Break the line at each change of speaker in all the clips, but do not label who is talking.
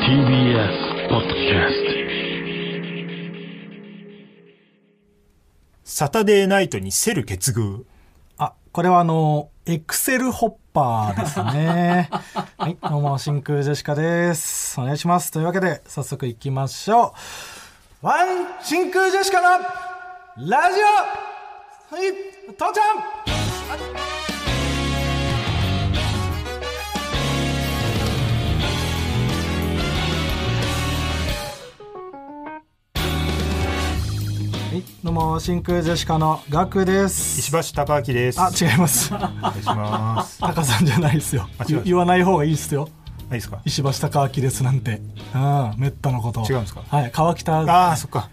TBS ポッドキャス
サタデーナイトにセル結遇。
あ、これはあの、エクセルホッパーですね。はい、どうも、真空ジェシカです。お願いします。というわけで、早速行きましょう。ワン、真空ジェシカの、ラジオはい、父ちゃんはい、どうも、真空ジェシカのガクです。
石橋貴明です。
あ、違います。
お願いします。あ
タカさんじゃないですよ
あ違う。んです
言
か
言わない方がいいですよ。
いいですか
石橋貴明ですなんて。うん、めったのこと。
違うんですか
はい、川北。あ、
ああ、そっか。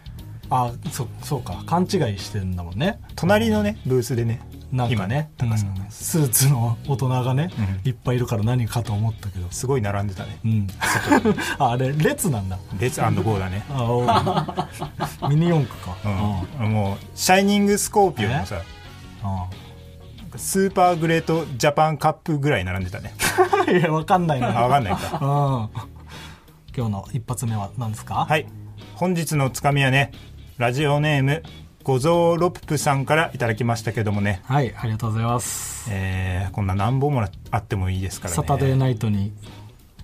そ、そうか。勘違いしてんだもんね。
隣のね、ブースでね、
なん
今
か
ね
ね、、
高さん
う
が
ん
ね、
スーツの大人がね、
うん
いっぱいいるから何かと思ったけど。
すごい並んでたね
う。ん。 ああれ、列なんだ。
列ゴーだね。
あお うミニ四駆か。うん
うん。もう、シャイニングスコーピオのさ、スーパーグレートジャパンカップぐらい並んでた ね。
うん。 いや、わかんない
あ、
な。
わかんないか。
うん。今日の一発目は何ですか
はい。本日のつかみはね、ラジオネーム、五蔵ロップさんからいただきましたけどもね、
はい、ありがとうございます。
えー、こんな何本もらあってもいいですからね。
サタデーナイトに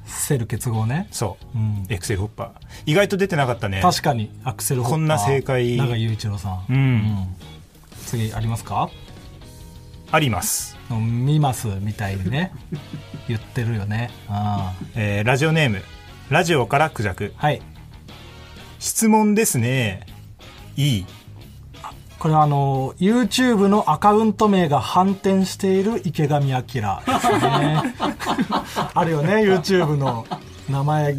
セル結合ね、
そう。
うん、
エクセルホッパー意外と出てなかったね
確かにアクセルホッパー
こんな正解
永井雄一郎さ
う
ん、
ん
次ありますか
あります、
の見ますみたい にね言ってるよねあ
えーラジオネームラジオからクジャク
はい
質問ですねいい
これはあの YouTube のアカウント名が反転している池上彰ですねあるよね YouTube の名前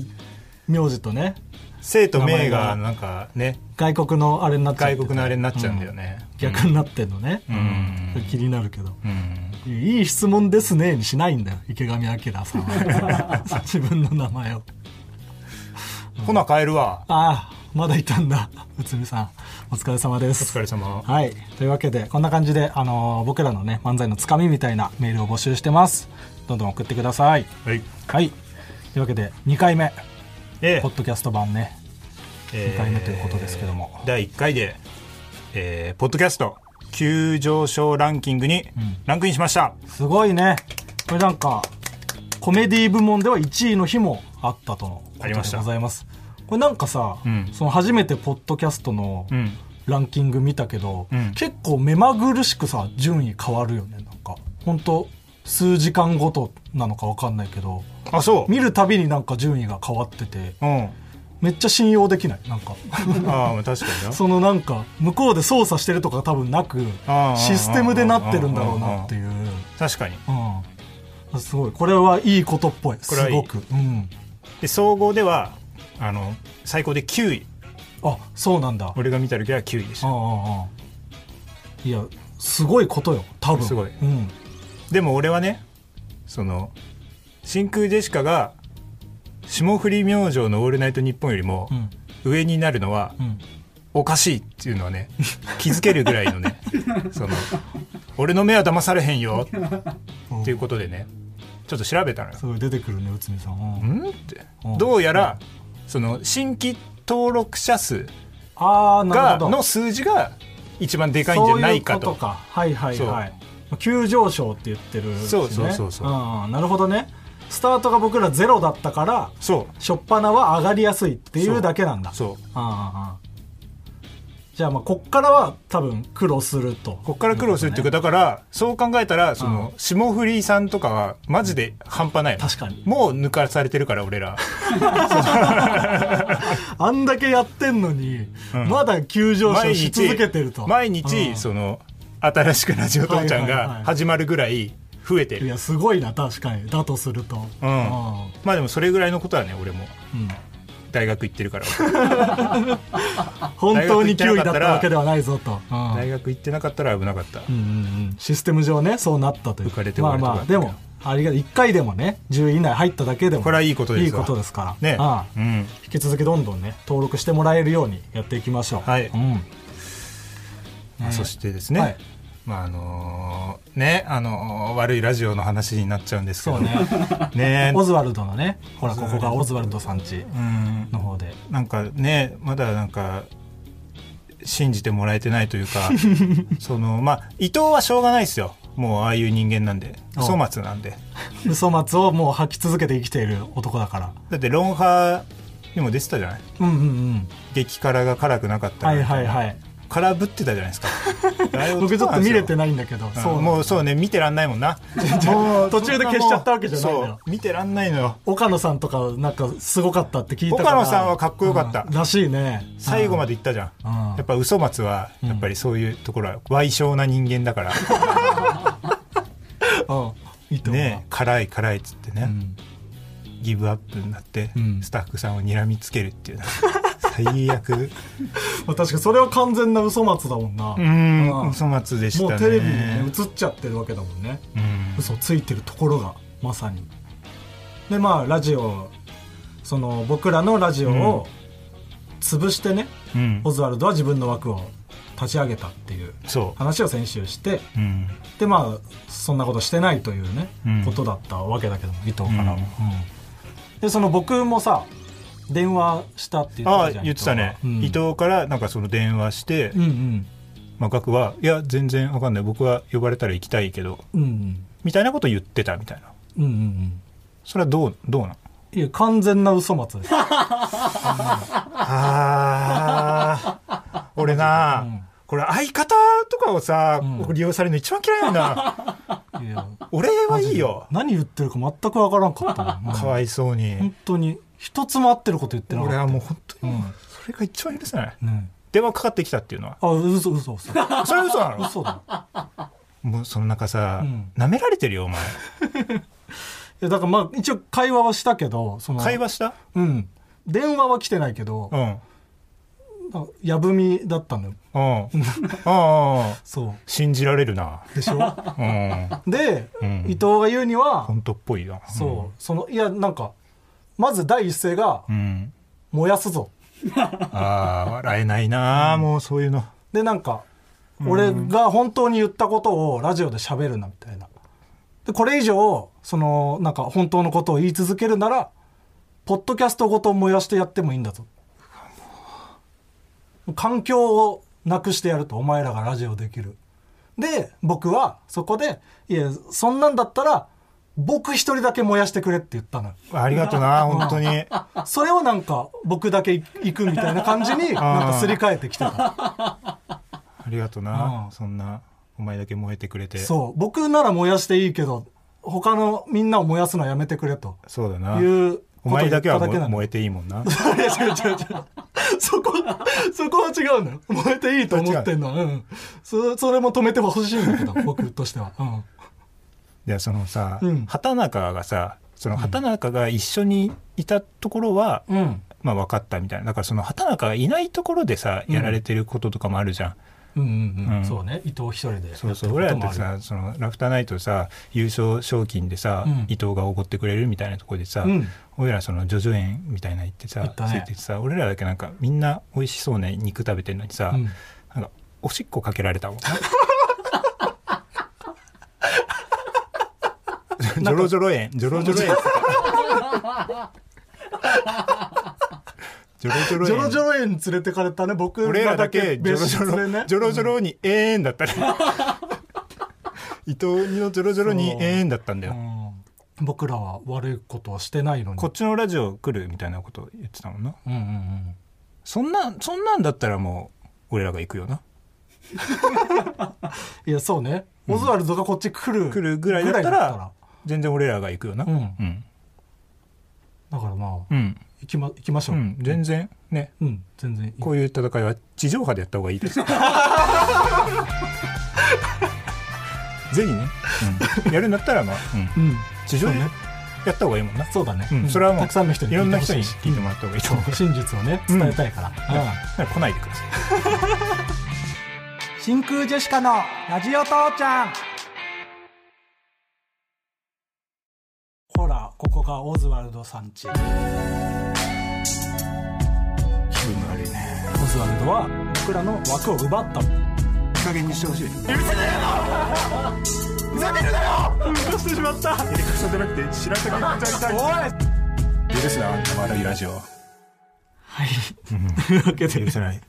名字とね
生と名
名前
が
が
なんかね
外国のあれになっちゃって
外
て
国のあれになっちゃうんだよね、
逆になってんのね、
ん
それ気になるけど、
うん
いい質問ですねにしないんだよ池上彰さ んは自分の名前を
ほな帰るわ
ああまだいたんだ内海さんお疲れ様で
お疲
す
れ様
はいというわけでこんな感じで、あのー僕らのね漫才のつかみみたいなメールを募集してますどんどん送ってください
はい
はいというわけで2回目
え
ポッドキャスト版ね
え
二回目ということですけども
えー第1回で、えーポッドキャスト急上昇ランキングにランクインしました、
すごいねこれなんかコメディ部門では1位の日もあったとのこと
あ
で
り
ご
ました
ざいますこれなんかさ、
うん
その初めてポッドキャストの
うん
ランキング見たけど、
うん
結構目まぐるしくさ順位変わるよねなんか本当数時間ごとなのか分かんないけど
あそう
見るたびになんか順位が変わってて
うん
めっちゃ信用できない なんか
ああ確かにな
そのなんか向こうで操作してるとか多分なく
ああ
システムでなってるんだろうなっていう。
確かに
うん、すごいこれはいいことっぽい
これは
す
いい
ごくうん、
で総合ではあの最高で9位
あそうなんだあ
俺が見た時は9位でし
ああ
た
あいやすごいことよ多分
すごい
うん、
でも俺はねその真空ジェシカが霜降り明星の「オールナイトニッポン」よりも
うん
上になるのは
うん、
おかしいっていうのはね気づけるぐらいの ねその俺の目は騙されへんよっていうことでねちょっと調べたのよ
すごい出てくるね内海さん、うん
んって
うん
どうやらその新規登録者数
ああな
が
るほど
の数字が一番でかいんじゃないか
そう
と
いうことかはいはいはい急上昇って言ってるし、ね、
そうそうそうそう
あなるほどねスタートが僕らゼロだったから
そう
初っ端は上がりやすいっていうだけなんだ
そう
ああああじゃあまあこっからは多分苦労すると
こっから苦労するっていうか、だから、そう考えたら、その、霜降りさんとかは、マジで半端ないの。
確かに
もう抜かされてるから、俺 ら。
あんだけやってんのに、
うん
まだ急上
毎
昇し
日、
続けてると
毎
う
日、
ん
その、新しくラジオ父ちゃん
はいはいは
が
い
始まるぐらい増えて
い
る。
やすごいな確かにだとすると
うんまあでも、それぐらいのことはね、俺も。
うん
大学行ってるから。
本当に9位だったわけではないぞと、うん
大学行ってなかったら危なかった。
うんうんうんシステム上ねそうなったという
浮かれて
ま
浮か
あ
れて
まあでもありが1回でもね10位以内入っただけでも
これはいいことですわ
いいことですから
ね
ああ。
うん。
引き続きどんどんね登録してもらえるようにやっていきましょう
はい
うん
まあそしてですね、
はい
まああのーねあのー悪いラジオの話になっちゃうんですけ
そ
ど
うね
ね
オズワルドのねほらここがオズワルドさんち
うん
の方で
なんかねまだなんか信じてもらえてないという かそのまあ伊藤はしょうがないですよもうああいう人間なんで
お
粗末なんで
嘘松をもう吐き続けて生きている男だから
だって「ロンハー」にも出てたじゃない
うんうんうん
激辛が辛くなかった
は
ら
いはいはい
空ぶってたじゃないで すかあれ男なんです
僕
よ
ちょっと見れてないんだけど
うん
そう
もうそうね見てらんないもんなもう
途中で消しちゃったわけじゃないのよ
そう見てらんないのよ
岡野さんとかなんかすごかったって聞いたから
岡野さんはかっこよかった
うんらしいね
最後ま
で
で行ったじゃん
うん
やっぱ嘘松はやっぱりそういうところは賠償な人間だから
いいと思う
ね辛い辛いっつってね、
うん
ギブアップになって、
うん
スタッフさんを睨みつけるっていう最悪
まあ確かにそれは完全な嘘松だもんな
う
も
ん
うん
嘘松でしたね
うテレビにね映っちゃってるわけだもんね
うん
嘘ついてるところがまさにでまあラジオその僕らのラジオを潰してね、
うん
オズワルドは自分の枠を立ち上げたっていう
そ
話を先週して
ううん
でまあそんなことしてないというね、
うん
ことだったわけだけども伊藤からも、
うん
うんでその僕もさ電話したって言って
ああ
たじゃん
言ってたね、
うん
伊藤からなんかその電話して、
うんうん
まあ、ガクは「いや全然わかんない僕は呼ばれたら行きたいけど
うんうん」
みたいなこと言ってたみたいな
うんうんうん
それはどうどうなの
いや完全な嘘松 です、
ああ俺な、
うん
これ相方とかをさ、
うん
僕利用されるの一番嫌いなん だ
いや
俺はいいよ
何言ってるか全くわからんかった もん
かわいそうに、
本当に一つも合ってること言ってなかっ
俺
た
はもう本当に、
うん
それが一番許せない
ね
電話かかってきたっていうのは
あ嘘 嘘嘘
それは嘘なの
嘘だ
もうその中さ
うん
な、舐められてるよお前
いやだからまあ一応会話はしたけどその
会話した
うん電話は来てないけど
う、んうん
なんかやぶみだったのよ
うんうん
そ
信じられるな
うでしょ
うん
で、
うん
伊藤が言うには、
本当っぽいな
そうそのいやなんかまず第一声が
うん、うん
「燃やすぞ
ああ笑えないな、もうそういうの」
でなんか俺が本当に言ったことをラジオで喋るなみたいなでこれ以上そのなんか本当のことを言い続けるならポッドキャストごと燃やしてやってもいいんだぞ環境をなくしてやるとお前らがラジオできるで僕はそこで「いやそんなんだったら僕一人だけ燃やしてくれ」って言ったのよ
ありがとな本当に
それをなんか僕だけ行くみたい な感じになんかすり替えてきてた
ありがとな、
うん
そんなお前だけ燃えてくれてそう
そう僕なら燃やしていいけど他のみんなを燃やすのはやめてくれと
だ
い
な
う
お前だけは
ことを
燃え
言った
燃えていいもんな
いや 違う違う違うそこそこは違うのよ燃えていいと思ってんのはうんそそれも止めてほしいんだけ ど僕としては、うん
じゃあそのさ、
うん
畑中がさその畑中が一緒にいたところは、
うん
まあ分かったみたいなだからその畑中がいないところでさ
うん
やられてることとかもあるじゃん、
うんうんうん
うん
そうね伊藤一人でやって
そ
る
うそう
こ
俺ら
と
っ
もあ
て
る
さそのラフターナイトさ優勝賞金でさ、
うん
伊藤がおごってくれるみたいなところでさ、
うん
俺らその叙々苑みたいなの行ってさ
行ったね
ついててさ俺らだけなんかみんな美味しそうね肉食べてるのにさ、
うん
なんかおしっこかけられたもん ジョロジョロ園ジョロジョロ園って ジョロジョロ園
ジョロジョロ園連れてかれたね僕
俺ら
ら
だ
だ
けジ
け
ョロ
別
ジ
室
ョ
で
ロ、
ね
ジョロジョロに永遠だった ね伊藤のジョロジョロに永遠だったんだ
う
よ
ん僕らは悪いことはしてないのに
こっちのラジオ来るみたいなこと言ってたもんな
うんうんうん
そんなそんなんだったらもう俺らが行くよない
やそうね、オズワルドがこっち来る
来るぐらいだったら
ぐ
全然俺らが行くよな
うん
うん
だからまあ、
うん、
行きま行きましょ
う
う、うん
ん、全然ね
全然いい
こういう戦いは地上波でやった方がいい です。ぜひね、うんやるんだったらまあ、うん
うん
地上でやった方がいいもんな。
そうだね、
うんそれはもう
たくさんの人に
いろんな人に
聞
聞
い
いてもらった方がいいと
て
思う
ほしい真実をね伝えたいから、うん
だから来ないでください。
真空ジェシカのラジオ父ちゃんほらここがオズワルドさんちオズ
気分悪いね。
ワルドは僕らの枠を奪った
加減にしてほしい許せねえよふざけるなよ
動してしまった
エレクサじゃなくて白崎になりたい
おい
許すなあんな悪いラジオ
はい。というわけで
許、せない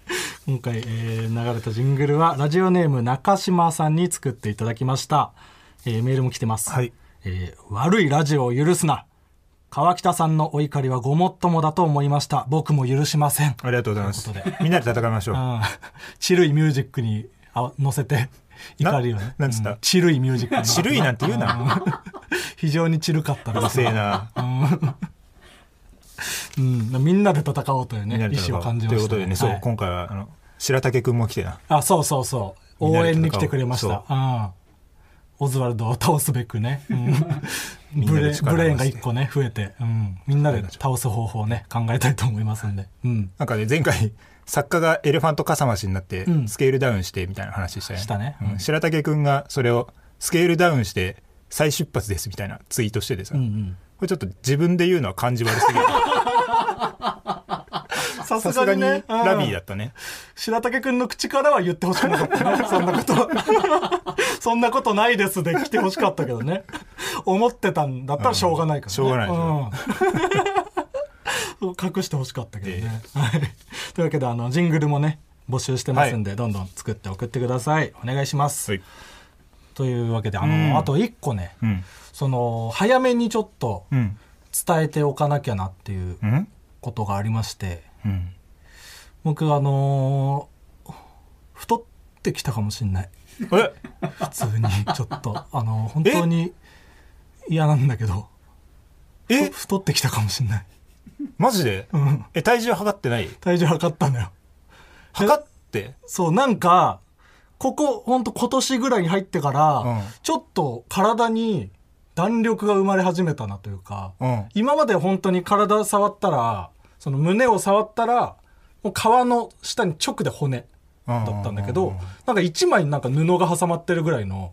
今回、えー流れたジングルは、ラジオネーム中島さんに作っていただきました。えーメールも来てます。
はい
えー悪いラジオを許すな。川北さんのお怒りはごもっともだと思いました。僕も許しません。
ありがとうございます
ということ
みんなで戦いましょう
うん。 チルいミュージックにあ乗せて、
な
怒りをね。
なんつった
うんチルいミュージックに。
チルいなんて言うな
非常にチルかった
う
で
る
す
せえ。な
うん。みんなで戦おうというね
みんな、で
意
戦
思
お
を
う
感じ
と
ました、
いうことでねそ
は
う
い
今回はあの白竹くんも来てな
あ、そうそうそう。応援に来てくれまし
みんな
た
で。
うん。オズワルドを倒すべくね。うん、
みん
ブ
な
レ
で力を合わせて
ブレーンが一個ね、増えて、うん。みんなで倒す方法をね、考えたいと思いますんで。うん。
なんかね前回作家がエレファントかさ増しになって
うん
スケールダウンしてみたいな話したよね,うん、
したねうん
白竹くんがそれをスケールダウンして再出発ですみたいなツイートしててさ、
うんうん。
これちょっと自分で言うのは感じ悪すぎる
さ
さすがにラビーだ
うん
ったね
白竹くんの口からは言ってほしくなかった ね。そんなことは。そんなことないですで来てほしかったけどね。思ってたんだったらしょうがないから、ね。
しょうがないでしょ
うん 隠してほしかったけどね。はい。というわけで、あの、ジングルもね、募集してますんで、どんどん作って送ってください。お願いします。
はい
というわけで、あ
うん
の、あと1個ね、
うん
その、早めにちょっと
うん
伝えておかなきゃなっていう
うん
ことがありまして、
うん
僕、あのー太ってきたかもしんない。
え
普通に、ちょっと、あの、本当に嫌なんだけど、
え
太ってきたかもしんない。
マジで
うん。
え体重測ってない
体重測ったのよ。
測って
そう、なんか、ここ、ほんと今年ぐらいに入ってから、
うん
ちょっと体に弾力が生まれ始めたなというか、
うん
今まで本当に体触ったら、その胸を触ったら、もう皮の下に直で骨だったんだけど、
うんうんうんうん
なんか一枚になんか布が挟まってるぐらいの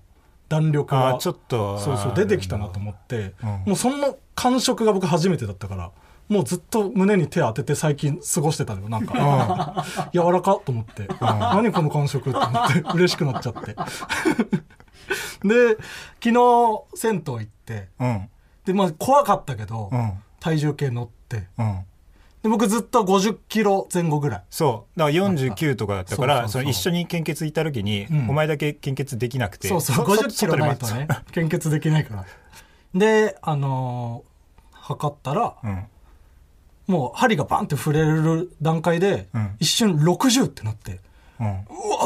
弾力
あ
が
ー、ちょっと
そうそう、出てきたなと思って、
うん
もうその感触が僕初めてだったから、もうずっと胸に手当てて最近過ごしてたのよ、なんか。 柔らかっと思って、何この感触と思って、 嬉しくなっちゃって。で、昨日、銭湯行って、
うん
で、まあ怖かったけど、
うん
体重計乗って、
うん
で、僕ずっと50キロ前後ぐらい。
そうだから49とかだったか
そうそ
ら
うそう
その一緒に献血行った時に、
ん
お前だけ献血できなくて
そうそう、50キロないと
外で
ね
待っ、
献血できないから。で、あのー測ったら、
てうん
もう針がバンって触れる段階で、
うん
一瞬60ってなって、
うん
うわ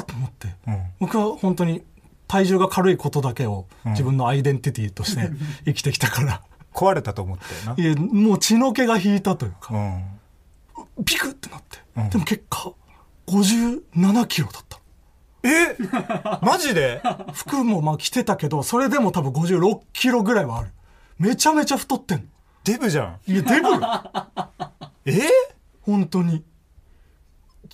ーと思って、
うん
僕は本当に体重が軽いことだけを自分のアイデンティティとして生きてきたから、
壊れたと思ったよない
や、もう血の気が引いたというか、
うん
ビクってなって、
うん
でも結果、57キロだった。
え マジで
服もまあ着てたけど、それでも多分56キロぐらいはある。めちゃめちゃ太ってんの。
デブじゃん
いや、デブよ
え
本当に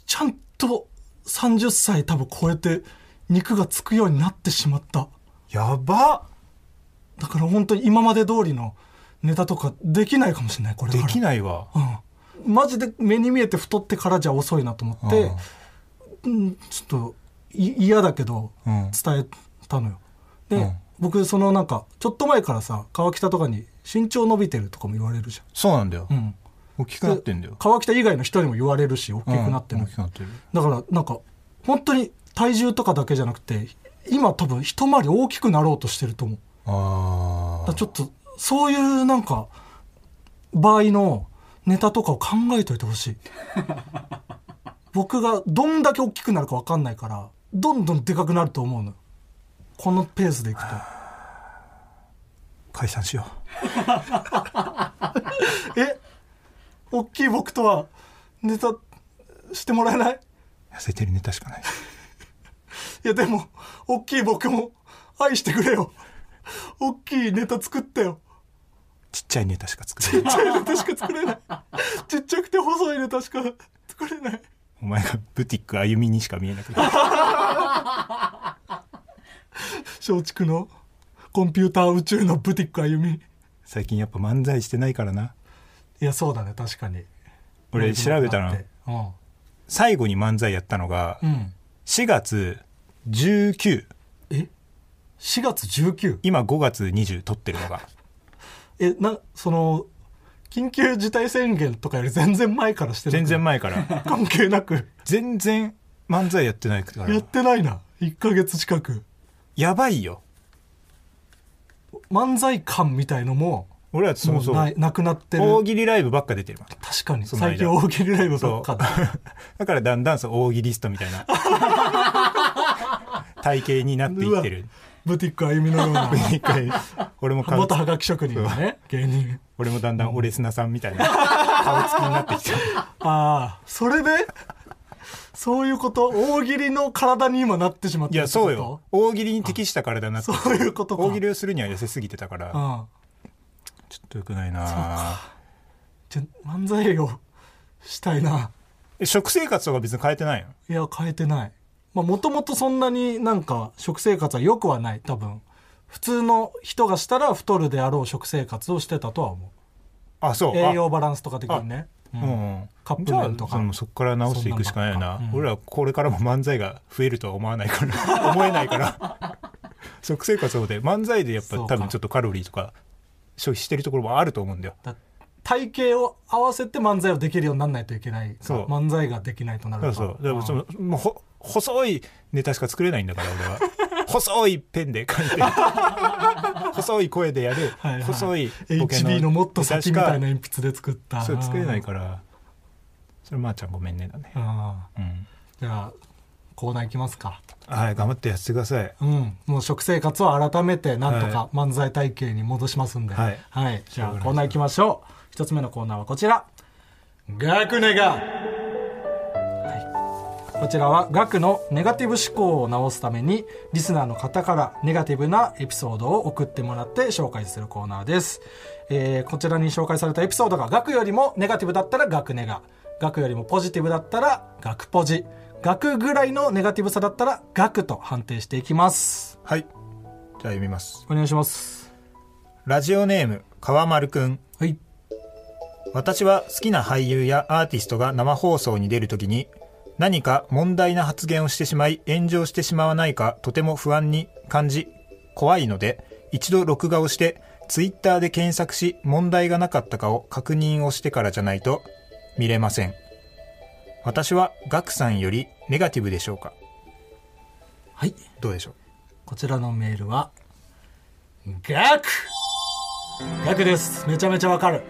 ちゃんと30歳多分超えて肉がつくようになってしまった
やば
だから本当に今まで通りのネタとかできないかもしれないこれか
で
ら
きないわ
うん、マジで目に見えて太ってからじゃ遅いなと思って、うん、ちょっとい嫌だけど
うん
伝えたのよ、で、
うん
僕そのなんかちょっと前からさ川北とかに身長伸びてるとかも言われるじ
そうなんだよ
ゃん、うん、
大きくなってんだよ
川北以外の人にも言われるし大きくなってる、
うん大きくなってる
だからなんか本当に体重とかだけじゃなくて今多分一回り大きくなろうとしてると思う
あ
だか
あ
らちょっとそういうなんか場合のネタとかを考えといてほ しい僕がどんだけ大きくなるか分かんないからどんどんでかくなると思うのよこのペースでいくと
解散しよ
え大きい僕とはネタしてもらえないう
痩せてるネタしかない
いやでも、大きい僕も愛してくれよ。大きいネタ作ってよ。
ちっちゃいネタしか作れない
ちっちゃいネタしか作れない。ちっちゃくて細いネタしか作れない。
お前がブティック歩みにしか見えなくな る
松竹のコンピューター宇宙のブティック歩み。い
最近やっぱ漫才してないからな
や、そうだね、確かに。
俺調べた
う
ら
ん。
最後に漫才やったのが
うん。
4月19
え4月 19?
今5月20撮ってるのが
えなその緊急事態宣言とかより全然前からしてる
全然前 から
関係なく
全然漫才やってないか
や
ら
ってないな1ヶ月近く
やばいよ
漫才感みたいのも
俺らそ
も
も
う
そ
な
も
いなくなってる
大喜利ライブばっか出てるわ
確かに
その間
最近大喜利ライブばっかで
だからだんだんそう大喜利ストみたい な体型になっていってる
ブティックあゆみのよ うな
一回俺も顔
元はがき職人がね芸人
俺もだんだんオレスナさんみた いな顔つきになってきた
ああそれでそういうこと大喜利の体に今なってしまって
い
る
や
って
そ
こと
うよ大喜利に適した体になってきた
そういうことか
大喜利をするには痩せすぎてたから、
うん
ちょっとよくないな
じゃ漫才をしたいな
え食生活とか別に変えてないの
いや変えてないまあもともとそんなになんか食生活は良くはない多分普通の人がしたら太るであろう食生活をしてたとは思
あそう
う
あ
栄養バランスとか的にね
う、
うんんカップ麺とか
じゃあそのそこから直していくしかないよな
そんなのばっかうん
俺らこれからも漫才が増えるとは思わないから 思えないから食生活の方で漫才でやっぱ
そうか
多分ちょっとカロリーとか消費してるところもあると思うんだよ
だ体型を合わせて漫才をできるようにならないといけないか
そう
漫才ができないとな
だ
る
か
と
らそうだからそのもうほ細いネタしか作れないんだから俺は細いペンで書い て細い声でやる
はいはい
細いボケ
HB のもっと先みたいな
ネ
鉛筆で作った
タしかそれ作れないからそれまー、ちゃんごめんねだね
ら
うん
じゃあコーナーいきますか
はい頑張ってやってください
うん、もう食生活を改めてなんと
は
か漫才体系に戻しますんで、
はい
じゃあコーナー行きましょう一つ目のコーナーはこちら学ネガ、はい、こちらは学のネガティブ思考を直すためにリスナーの方からネガティブなエピソードを送ってもらって紹介するコーナーです、えーこちらに紹介されたエピソードが学よりもネガティブだったら学ネガ学よりもポジティブだったら学ポジ学ぐらいのネガティブさだったら学と判定していきます
はいじゃあ読みます
お願いします
ラジオネーム川丸くん
はい
私は好きな俳優やアーティストが生放送に出るときに何か問題な発言をしてしまい炎上してしまわないかとても不安に感じ怖いので一度録画をしてツイッターで検索し問題がなかったかを確認をしてからじゃないと見れません私はガクさんよりネガティブでしょうか
はい
どうでしょう
こちらのメールはガクガクですめちゃめちゃわかる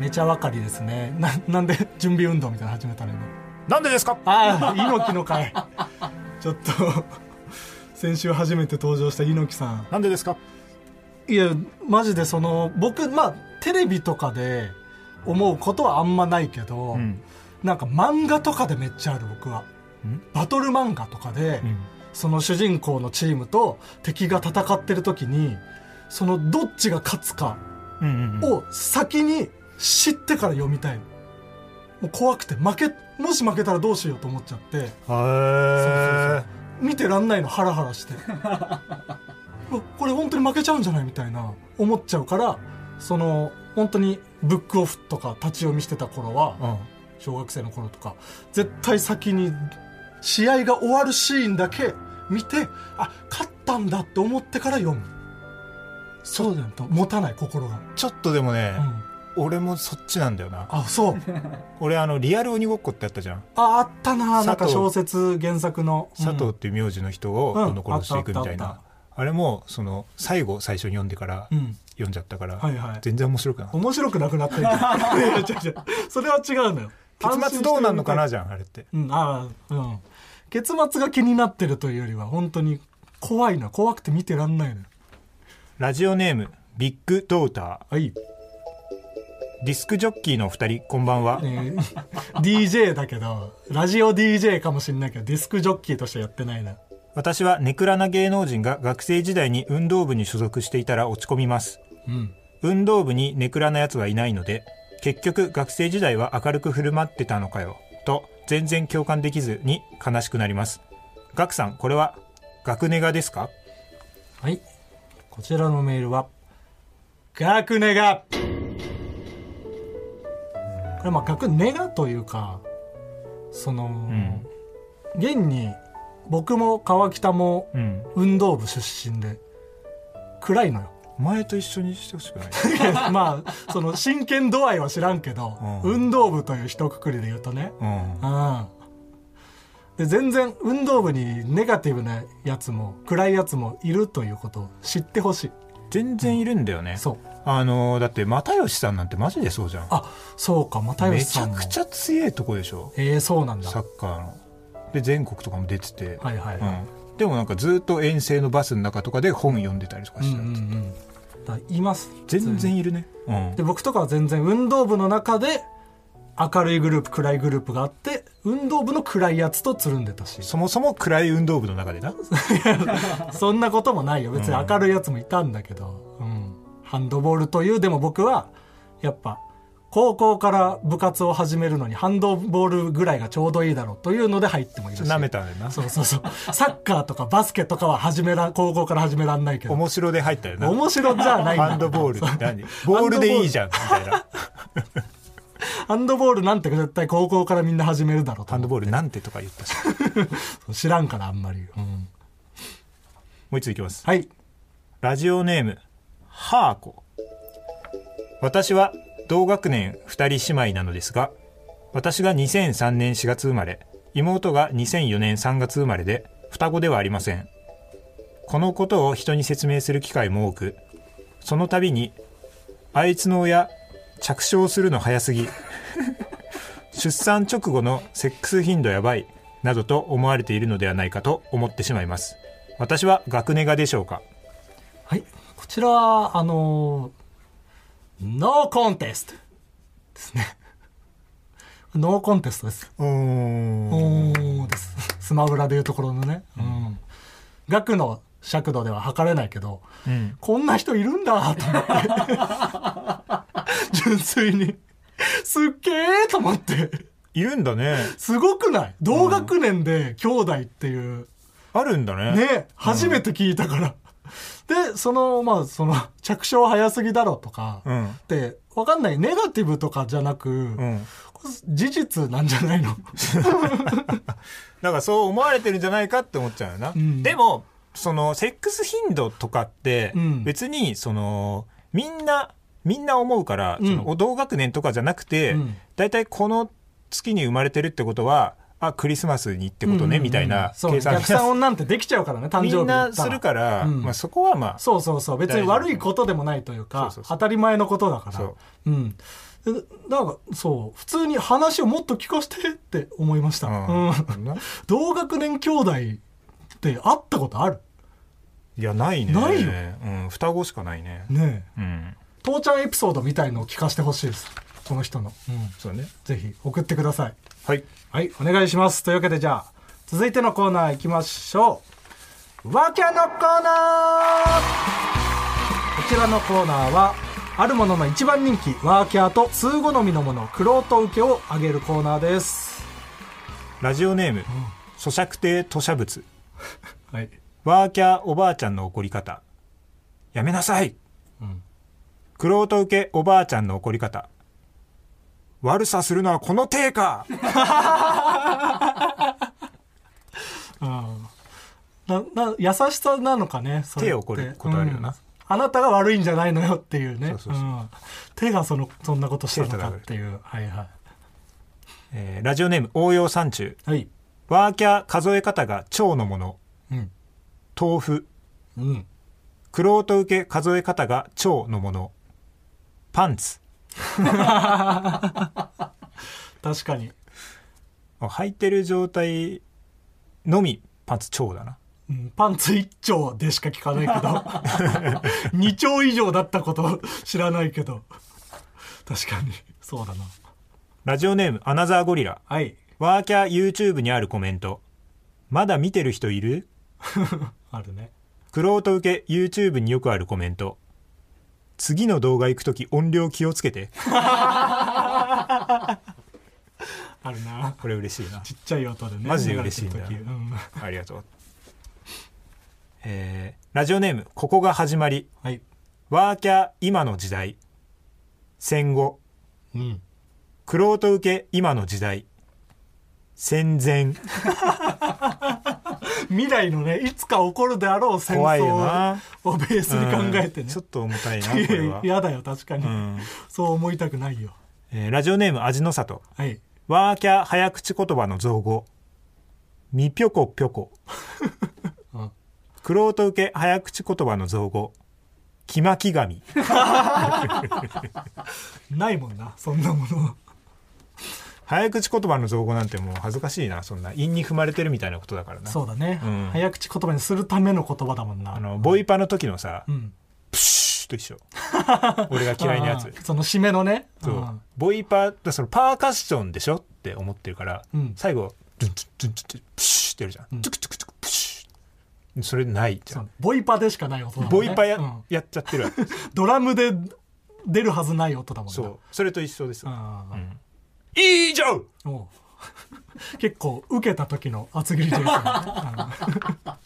めちゃわかりですねななんで準備運動みたいなの始めたの今
なんでですか
ああ猪木の会ちょっと 先週初めて登場した猪木さん
なんでですか
いやマジでその僕まあテレビとかで思うことはあんまないけど、
ん
なんか漫画とかでめっちゃある僕はバトル漫画とかで、
ん
その主人公のチームと敵が戦ってる時にそのどっちが勝つか
うんうんうん
を先に知ってから読みたいのもう怖くて負けもし負けたらどうしようと思っちゃって
へー
見てらんないのハラハラして うわこれ本当に負けちゃうんじゃないみたいな思っちゃうからその本当にブックオフとか立ち読みしてた頃は
うん
小学生の頃とか絶対先に試合が終わるシーンだけ見てあ勝ったんだって思ってから読むそうじゃないと持たない心が、
ちょっとでもね
う、ん、
俺もそっちなんだよな
あそう
俺あのリアル鬼ごっこってあったじゃん
ああったななん
佐
か
藤
小説原作の
佐藤っ
うん
ていう名字の人を
うん
どの殺していくみたい
あったあ
な
った
あれもその最後最初に読んでから
うん
読んじゃったから
はいはい
全然面白くない
面白くなく なってるいや違う違うそれは違うのよ
結末どうなんのかな
安
じゃんあれって
心して読みたいうんああうん結末が気になってるというよりは本当に怖いな怖くて見てらんないのよ
ラジオネームビッグドータ
はい
ーディスクジョッキーのお二人こんばんは
ね DJ だけどラジオ DJ かもしれないけどディスクジョッキーとしてやってないな
私はネクラな芸能人が学生時代に運動部に所属していたら落ち込みます
うん
運動部にネクラな奴はいないので結局学生時代は明るく振る舞ってたのかよと全然共感できずに悲しくなりますガクさんこれは学ネガですか
はいこちらのメールは「学ネガ」これまあ学ネガというかその、現に僕も川北も
うん
運動部出身で暗いの よ
お前と一緒にしてほしくない
まあその真剣度合いは知らんけど、
うん
運動部という一括りで言 うとね
うん
うんで全然運動部にネガティブなやつも暗いやつもいるということを知ってほしい
全然いるんだよね、
そう
あのーだって又吉さんなんてマジでそうじゃん
あそうか又
め
吉
ち
さ
ゃ
んも
くちゃ強えとこでしょ
ええそうなんだ
サッカーので全国とかも出てて、
はいはい、はい
うん、でもなんかずっと遠征のバスの中とかで本読んでたりとか
う
し
ん
て
う
た、
んうんだからいます
全然いるね、うん
で僕とかは全然運動部の中で明るいグループ暗いグループがあって運動部の暗いやつとつるんで たし
そもそも暗い運動部の中でな
そんなこともないよ別に明るいやつもいたんだけど、うん、ハンドボールというでも僕はやっぱ高校から部活を始めるのにハンドボールぐらいがちょうどいいだろうというので入ってもいるし
舐めたんだよな
そうそうそうサッカーとかバスケとかは始めら高校から始めらんないけど
面白で入ったよな
面白じゃないんだ
ハンドボールって何ボールでいいじゃんみたいな
ハンドボールなんて絶対高校からみんな始めるだろうと
ハン
思
ドボールなんてとか言ったし
う知らんからあんまり、うん
もう一ついきます
はい
ラジオネームハーコ私は同学年2人姉妹なのですが私が2003年4月生まれ妹が2004年3月生まれで双子ではありませんこのことを人に説明する機会も多くその度に「あいつの親着床するの早すぎ」 「出産直後のセックス頻度やばい」などと思われているのではないかと思ってしまいます私は学ネガでしょうか
はい。こちらは、あのーノーコンテストですね。ノーコンテストです。
うーん
おーです。スマブラでいうところのね。うん。額の尺度では測れないけど、
うん
こんな人いるんだと思って。 純粋に。すっげーと思って。
いるんだね
すごくない同学年で兄弟っていう。
あるんだね
ね初めて聞いたから。で、その、まあ、その、着床早すぎだろとか、
う
っ
ん
て、わかんない、ネガティブとかじゃなく、
うん
これ事実なんじゃないの
だからそう思われてるんじゃないかって思っちゃうよな、
ん
でもそのセックス頻度とかって
うん
別にそのみんなみんな思うから、
うん
その同学年とかじゃなくて、
うん
大体この月に生まれてるってことはあクリスマスにってことね、
うんうんうん
みたいな
そう
計算
逆算なんてできちゃうからね、誕生
み
日だ
ん
った
なするから、
うん
まあ、そこはまあ
そうそうそう、別に悪いことでもないというか、
そうそうそう
当たり前のことだから。
そう
うん。でなんか、そう、普通に話をもっと聞かせてって思いました。うん。
うんな
同学年兄弟って会ったことある
いやないね
ないよ
うん、双子しかないね
ね
う
え。
ん
父ちゃんエピソードみたいのを聞かせてほしいですこの人の、うん、
そうね
ぜひ送ってください
はい
はいお願いしますというわけでじゃあ続いてのコーナーいきましょうワキャのコーナーこちらのコーナーはあるものの一番人気ワーキャーと通好みのものクロート受けを上げるコーナーです
ラジオネーム、咀嚼亭吐砂物
はい
ワーキャーおばあちゃんの怒り方やめなさい、クロート受けおばあちゃんの怒り方悪さするのはこの手か
あなな優しさなのかねそれって
手を怒ることあるよな
うんあなたが悪いんじゃないのよっていうね
そうそうそうん
手がそのそんなことしたの
手が
か
叩
っ
かれ
ていうはいは
えーラジオネーム応用山中
いはい
ワーキャー数え方が蝶のもの
うん
豆腐
うん
クロート受け数え方が蝶のものパンツ
確かに、
あ履いてる状態のみパンツ蝶だな
うん、パンツ一丁でしか聞かないけど 二丁以上だったこと知らないけど確かにそうだな
ラジオネームアナザーゴリラ
はい
ワーキャー YouTube にあるコメント。まだ見てる人いる
あるね
クロート受け YouTube によくあるコメント。次の動画行くとき音量気をつけて。
あるな
これ嬉し いな。
ちっちゃい音でね
マジで嬉しいんだ
流れてる時うん
ありがとう。えー、ラジオネーム、ここが始まり。
はい
ワーキャー今の時代。戦後。
うん
クロート受け今の時代。戦前。
未来のねいつか起こるであろう戦
怖いよ
争
な
をベースに考えて
うん
ね
ちょっと重たいなこ
い
れ
や
は、
嫌だよ確かに、
うん
そう思いたくないよ
えーラジオネーム味の里
はい
ワーキャー早口言葉の造語みぴょこぴょこ
うん
くろうと受け早口言葉の造語気巻き神
ないもんなそんなもの
早口言葉の造語なんてもう恥ずかしいなそんな韻に踏まれてるみたいなことだからな
そうだね、
うん
早口言葉にするための言葉だもんな
あのボイパの時のさ、
うん
プシューと一緒俺が嫌いなやつ
あーその締めのね
そううんボイパだそのパーカッションでしょって思ってるから、
うん
最後ドゥンドゥンドゥンドゥンプシューってやるじゃん、
ん
チュクチュクチュクプシューそれないじ
そ
ゃん、
うボイパでしかない音だもんね
ボイパや,、
うん
やっちゃってるわ
ドラムで出るはずない音だもんな
そうそれと一緒です、
うん
以上
もう 結構受けた時の厚切りですねあの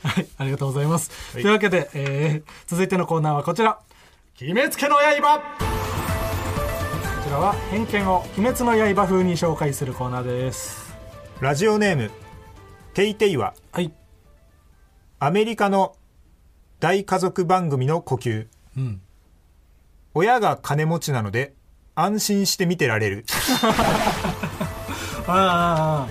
はいありがとうございます、
はい
というわけで、えー続いてのコーナーはこちら「鬼滅家の刃」こちらは偏見を「鬼滅の刃」風に紹介するコーナーです
ラジオネームテイテイは
はい
アメリカの大家族番組の呼吸
うん
親が金持ちなので安心して見てられる
あーあーあ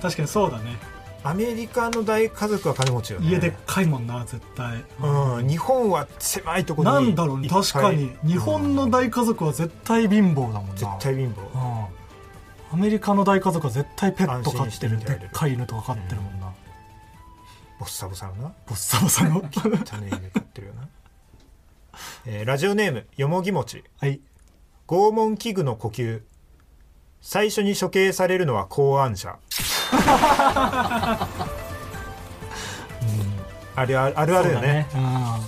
ー確かにそうだね
アメリカの大家族は金持ちよね
家でっかいもんな絶対、
うん日本は狭いところ
な
に
んだろう
い
ね
っぱい
確かに日本の大家族は絶対貧乏だもんな
絶対貧乏
うんアメリカの大家族は絶対ペット
安
飼
心
っ
してて
る
見
で
てられる
っかい犬とか飼ってるもんな、
ボッサボサのな
ボッサボサの
種犬飼ってるよな、えーラジオネームよもぎもち
はい
拷問器具の呼吸最初に処刑されるのは公安者あれああるあるよね
そうだね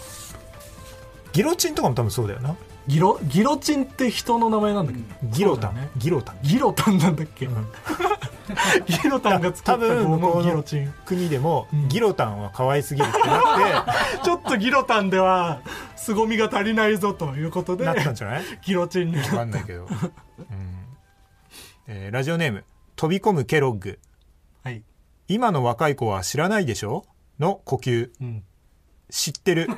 ギロチンとかも多分そうだよな
うんギロギロチンって人の名前なんだっけど、
ギロタ
そ
ン、
うだね
ギロタン
ギロタンなんだっけ、
ん
ギロタンが作った
多分
拷
向こう
問
の
ギロチン
国でも、
ん
ギロタンは可愛すぎるってなっ
ちょっとギロタンでは凄みが足りないぞということ
て
で
なったんじゃない
ギロチンに
わかんないけど、うんえーラジオネーム飛び込むケロッグ
はい、
今の若い子は知らないでしょの呼吸
うん、
知って る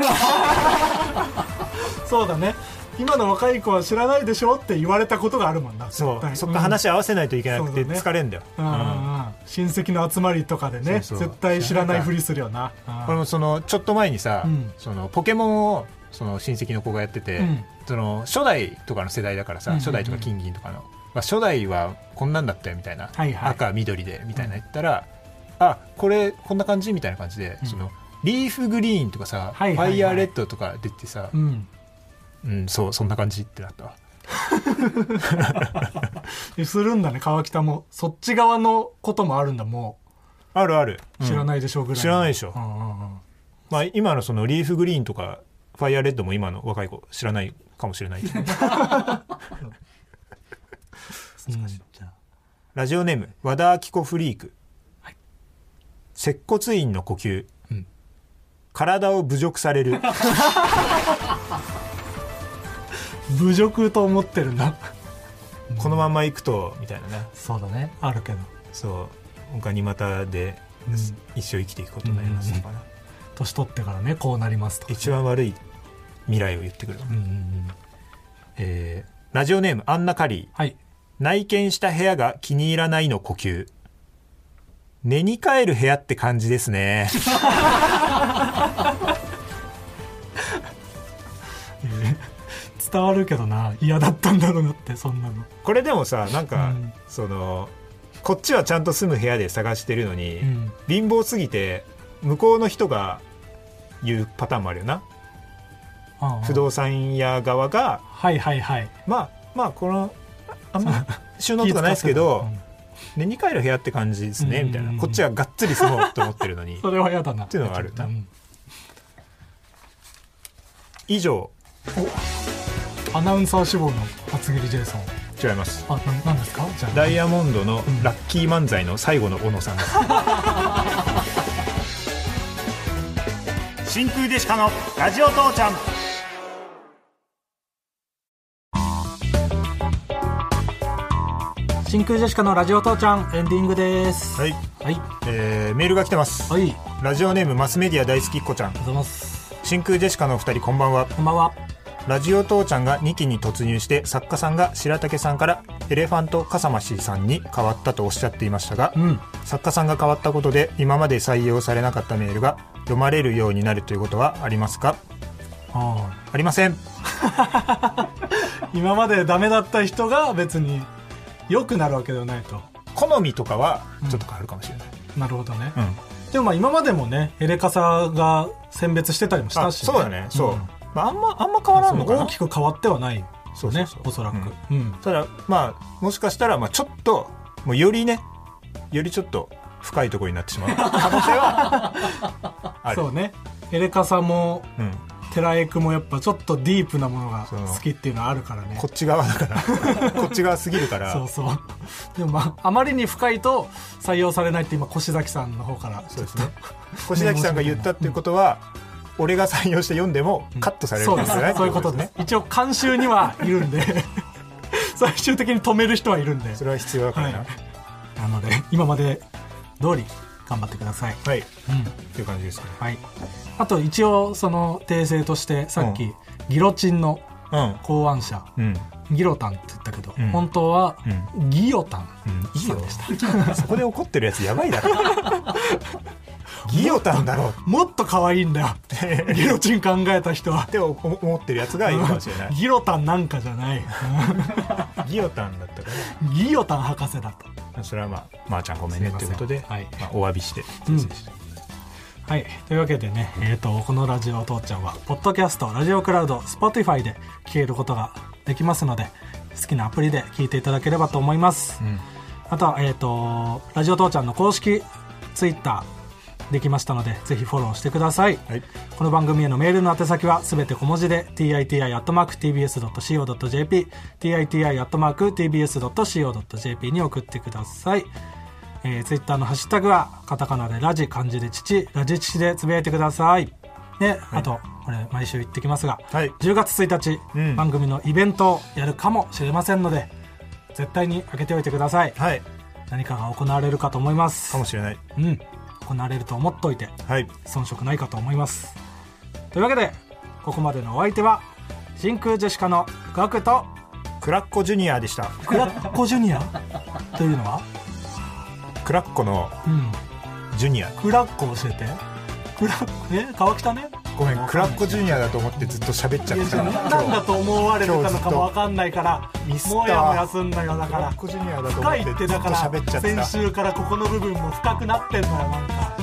そうだね今の若い子は知らないでしょって言われたことがあるもんな
そう
絶対
そっから話合わせないといけなくて
そうだね
疲れんだよ、
うんうんうん親戚の集まりとかでね
そうそう
絶対知らないふりするよな
うんこれもそのちょっと前にさ、
うん
そのポケモンをその親戚の子がやってて、
うん
その初代とかの世代だからさ、
うんうんうん
初代とか金銀とかの、まあ、初代はこんなんだったよみたいな、
はいはい
赤緑でみたいな言ったら、あこれこんな感じみたいな感じで、
うん
そのリーフグリーンとかさ、
はいはいはい
ファイヤーレッドとか出てさ、
うんう
う
ん
ん、そうそんな感じってなったわ
でするんだね川北もそっち側のこともあるんだも
あるある、
う知ら
い、
ないでしょうぐらいの、
知らないでしょ
うんうんうん
まあ、今のそのリーフグリーンとかファイヤーレッドも今の若い子知らないかもしれない
うんじゃあ
ラジオネーム和田アキ子フリーク、接骨院の呼吸、
うん
体を侮辱され る
侮辱と思ってるな
このまま行くとみたいなね
そうだねあるけど
そう他にまたで、
うん
一生生きていくことになりますから、
年取ってからねこうなりますとか、
一番悪い未来を言ってくる、
うんうんうん
えーラジオネームアンナ・カリー
はい
内見した部屋が気に入らないの呼吸寝に帰る部屋って感じですね
伝わるけどな嫌だったんだろうなってそんなの
これでもさなんか、
うん
そのこっちはちゃんと住む部屋で探してるのに、
うん
貧乏すぎて向こうの人が言うパターンもあるよな
ああ
不動産屋側が
はいはいはい
まあまあこのああんま収納とかないですけど、
うん
寝に帰る部屋って感じですね
うん
みたい
うん
なこっちはがっつり住もうと思ってるのに
それは嫌だなって
いうのがあるな
うん
以上
アナウンサー志望の厚切りジェイソン
違います
あななんですかじゃあ
ダイヤモンドのラッキー漫才の最後の小野さんで す
真空ジェシカのラジオ父ちゃん
真空ジェシカのラジオ父ちゃんエンディングです
はい、
はい
えーメールが来てます、
はいありが
ラジオネームマスメディア大好きっ子ちゃん
とうございます
真空ジェシカのお二人こんばんは
こんばんは
ラジオ父ちゃんが2期に突入して作家さんが白竹さんからエレファントカサマシーさんに変わったとおっしゃっていましたが、
うん
作家さんが変わったことで今まで採用されなかったメールが読まれるようになるということはありますか
あ
ありません
ー今までダメだった人が別に良くなるわけではないと
好みとかはちょっと変わるかもしれない、
なるほどね、
うん
でもまあ今までもねエレカサが選別してたりもした
あ
し、
そうだねそう、
ん
まあ、あんまあんま変わらんのか
そ
な
う大きく変わってはないよね
そうそうそう
おそらく、うん
ただまあもしかしたらまあちょっともうよりねよりちょっと深いところになってしまう可能性はある
そうねエレカサも
うん、
テラエクもやっぱちょっとディープなものが
そう
好きっていうのはあるからね
こっち側だから こっち側すぎるから
そうそう でもまああまりに深いと採用されないって今越崎さんの方から
そうですね越崎さんが言ったっていうことは、俺が採用して読んでもカットされる
そ
ん
う
で
ですす
よね、
そういうことです一応監修にはいるんで 最終的に止める人はいるんで
それは必要だからな
は
はいい、
なので今まで通り頑張ってください、うん
っていう感じですね
はい、あと一応その訂正としてさっき、
うん
ギロチンの
うん
考案者
うん、
ギロタンって言ったけど、
うん
本当は、
う
ギヨタン
うん、いい
さん
よ
でした
そこで怒ってるやつやばいだろ ギオタンだろっ
もっと可愛い んだよギロチン考えた人は
て思思ってるやつがいるかもしれない
ギロタンなんかじゃない
ギオタンだったから
ギヨタン博士だと
それはまあ、まー、ちゃんごめんねっていうことで、
すいませんはい
まあ、お詫びして
うん
訂正して、
はい。というわけでね、えっ、と、このラジオ父ちゃんは、ポッドキャスト、ラジオクラウド、Spotify で聞けることができますので、好きなアプリで聞いていただければと思います。あとは、えっ、と、ラジオ父ちゃんの公式 Twitter できましたので、ぜひフォローしてください。
はい
この番組へのメールの宛先はすべて小文字で titi.tbs.co.jp titi.tbs.co.jp に送ってください。えー、ツイッターのハッシュタグはカタカナでラジ漢字で父ラジ父でつぶやいてください。で、あとこれ毎週言ってきますが、
はい
10月1日、
うん
番組のイベントをやるかもしれませんので絶対に開けておいてください。
はい
何かが行われるかと思いま
か
す
も。しれない
うん、行われると思っといて
はい
遜色ないかと思いますというわけでここまでのお相手は真空ジェシカのガクと
クラッコジュニアでした
クラッコジュニア というのは
クラッコの
うん
ジュニア
クラッコ教えてクラえ川北ね
ごめんクラッコジュニアだと思ってずっと喋っちゃってた
何だと思われてたのかも分かんないから
今日ずっと
もやもやすんなよだ
ク
か
ラ
ら
ッコジュニアだと思
深い
っ
ってて
ずっ
だ
と
か
喋っちゃ
ら
って
先
た
週からここの部分も深くなってんのよなんか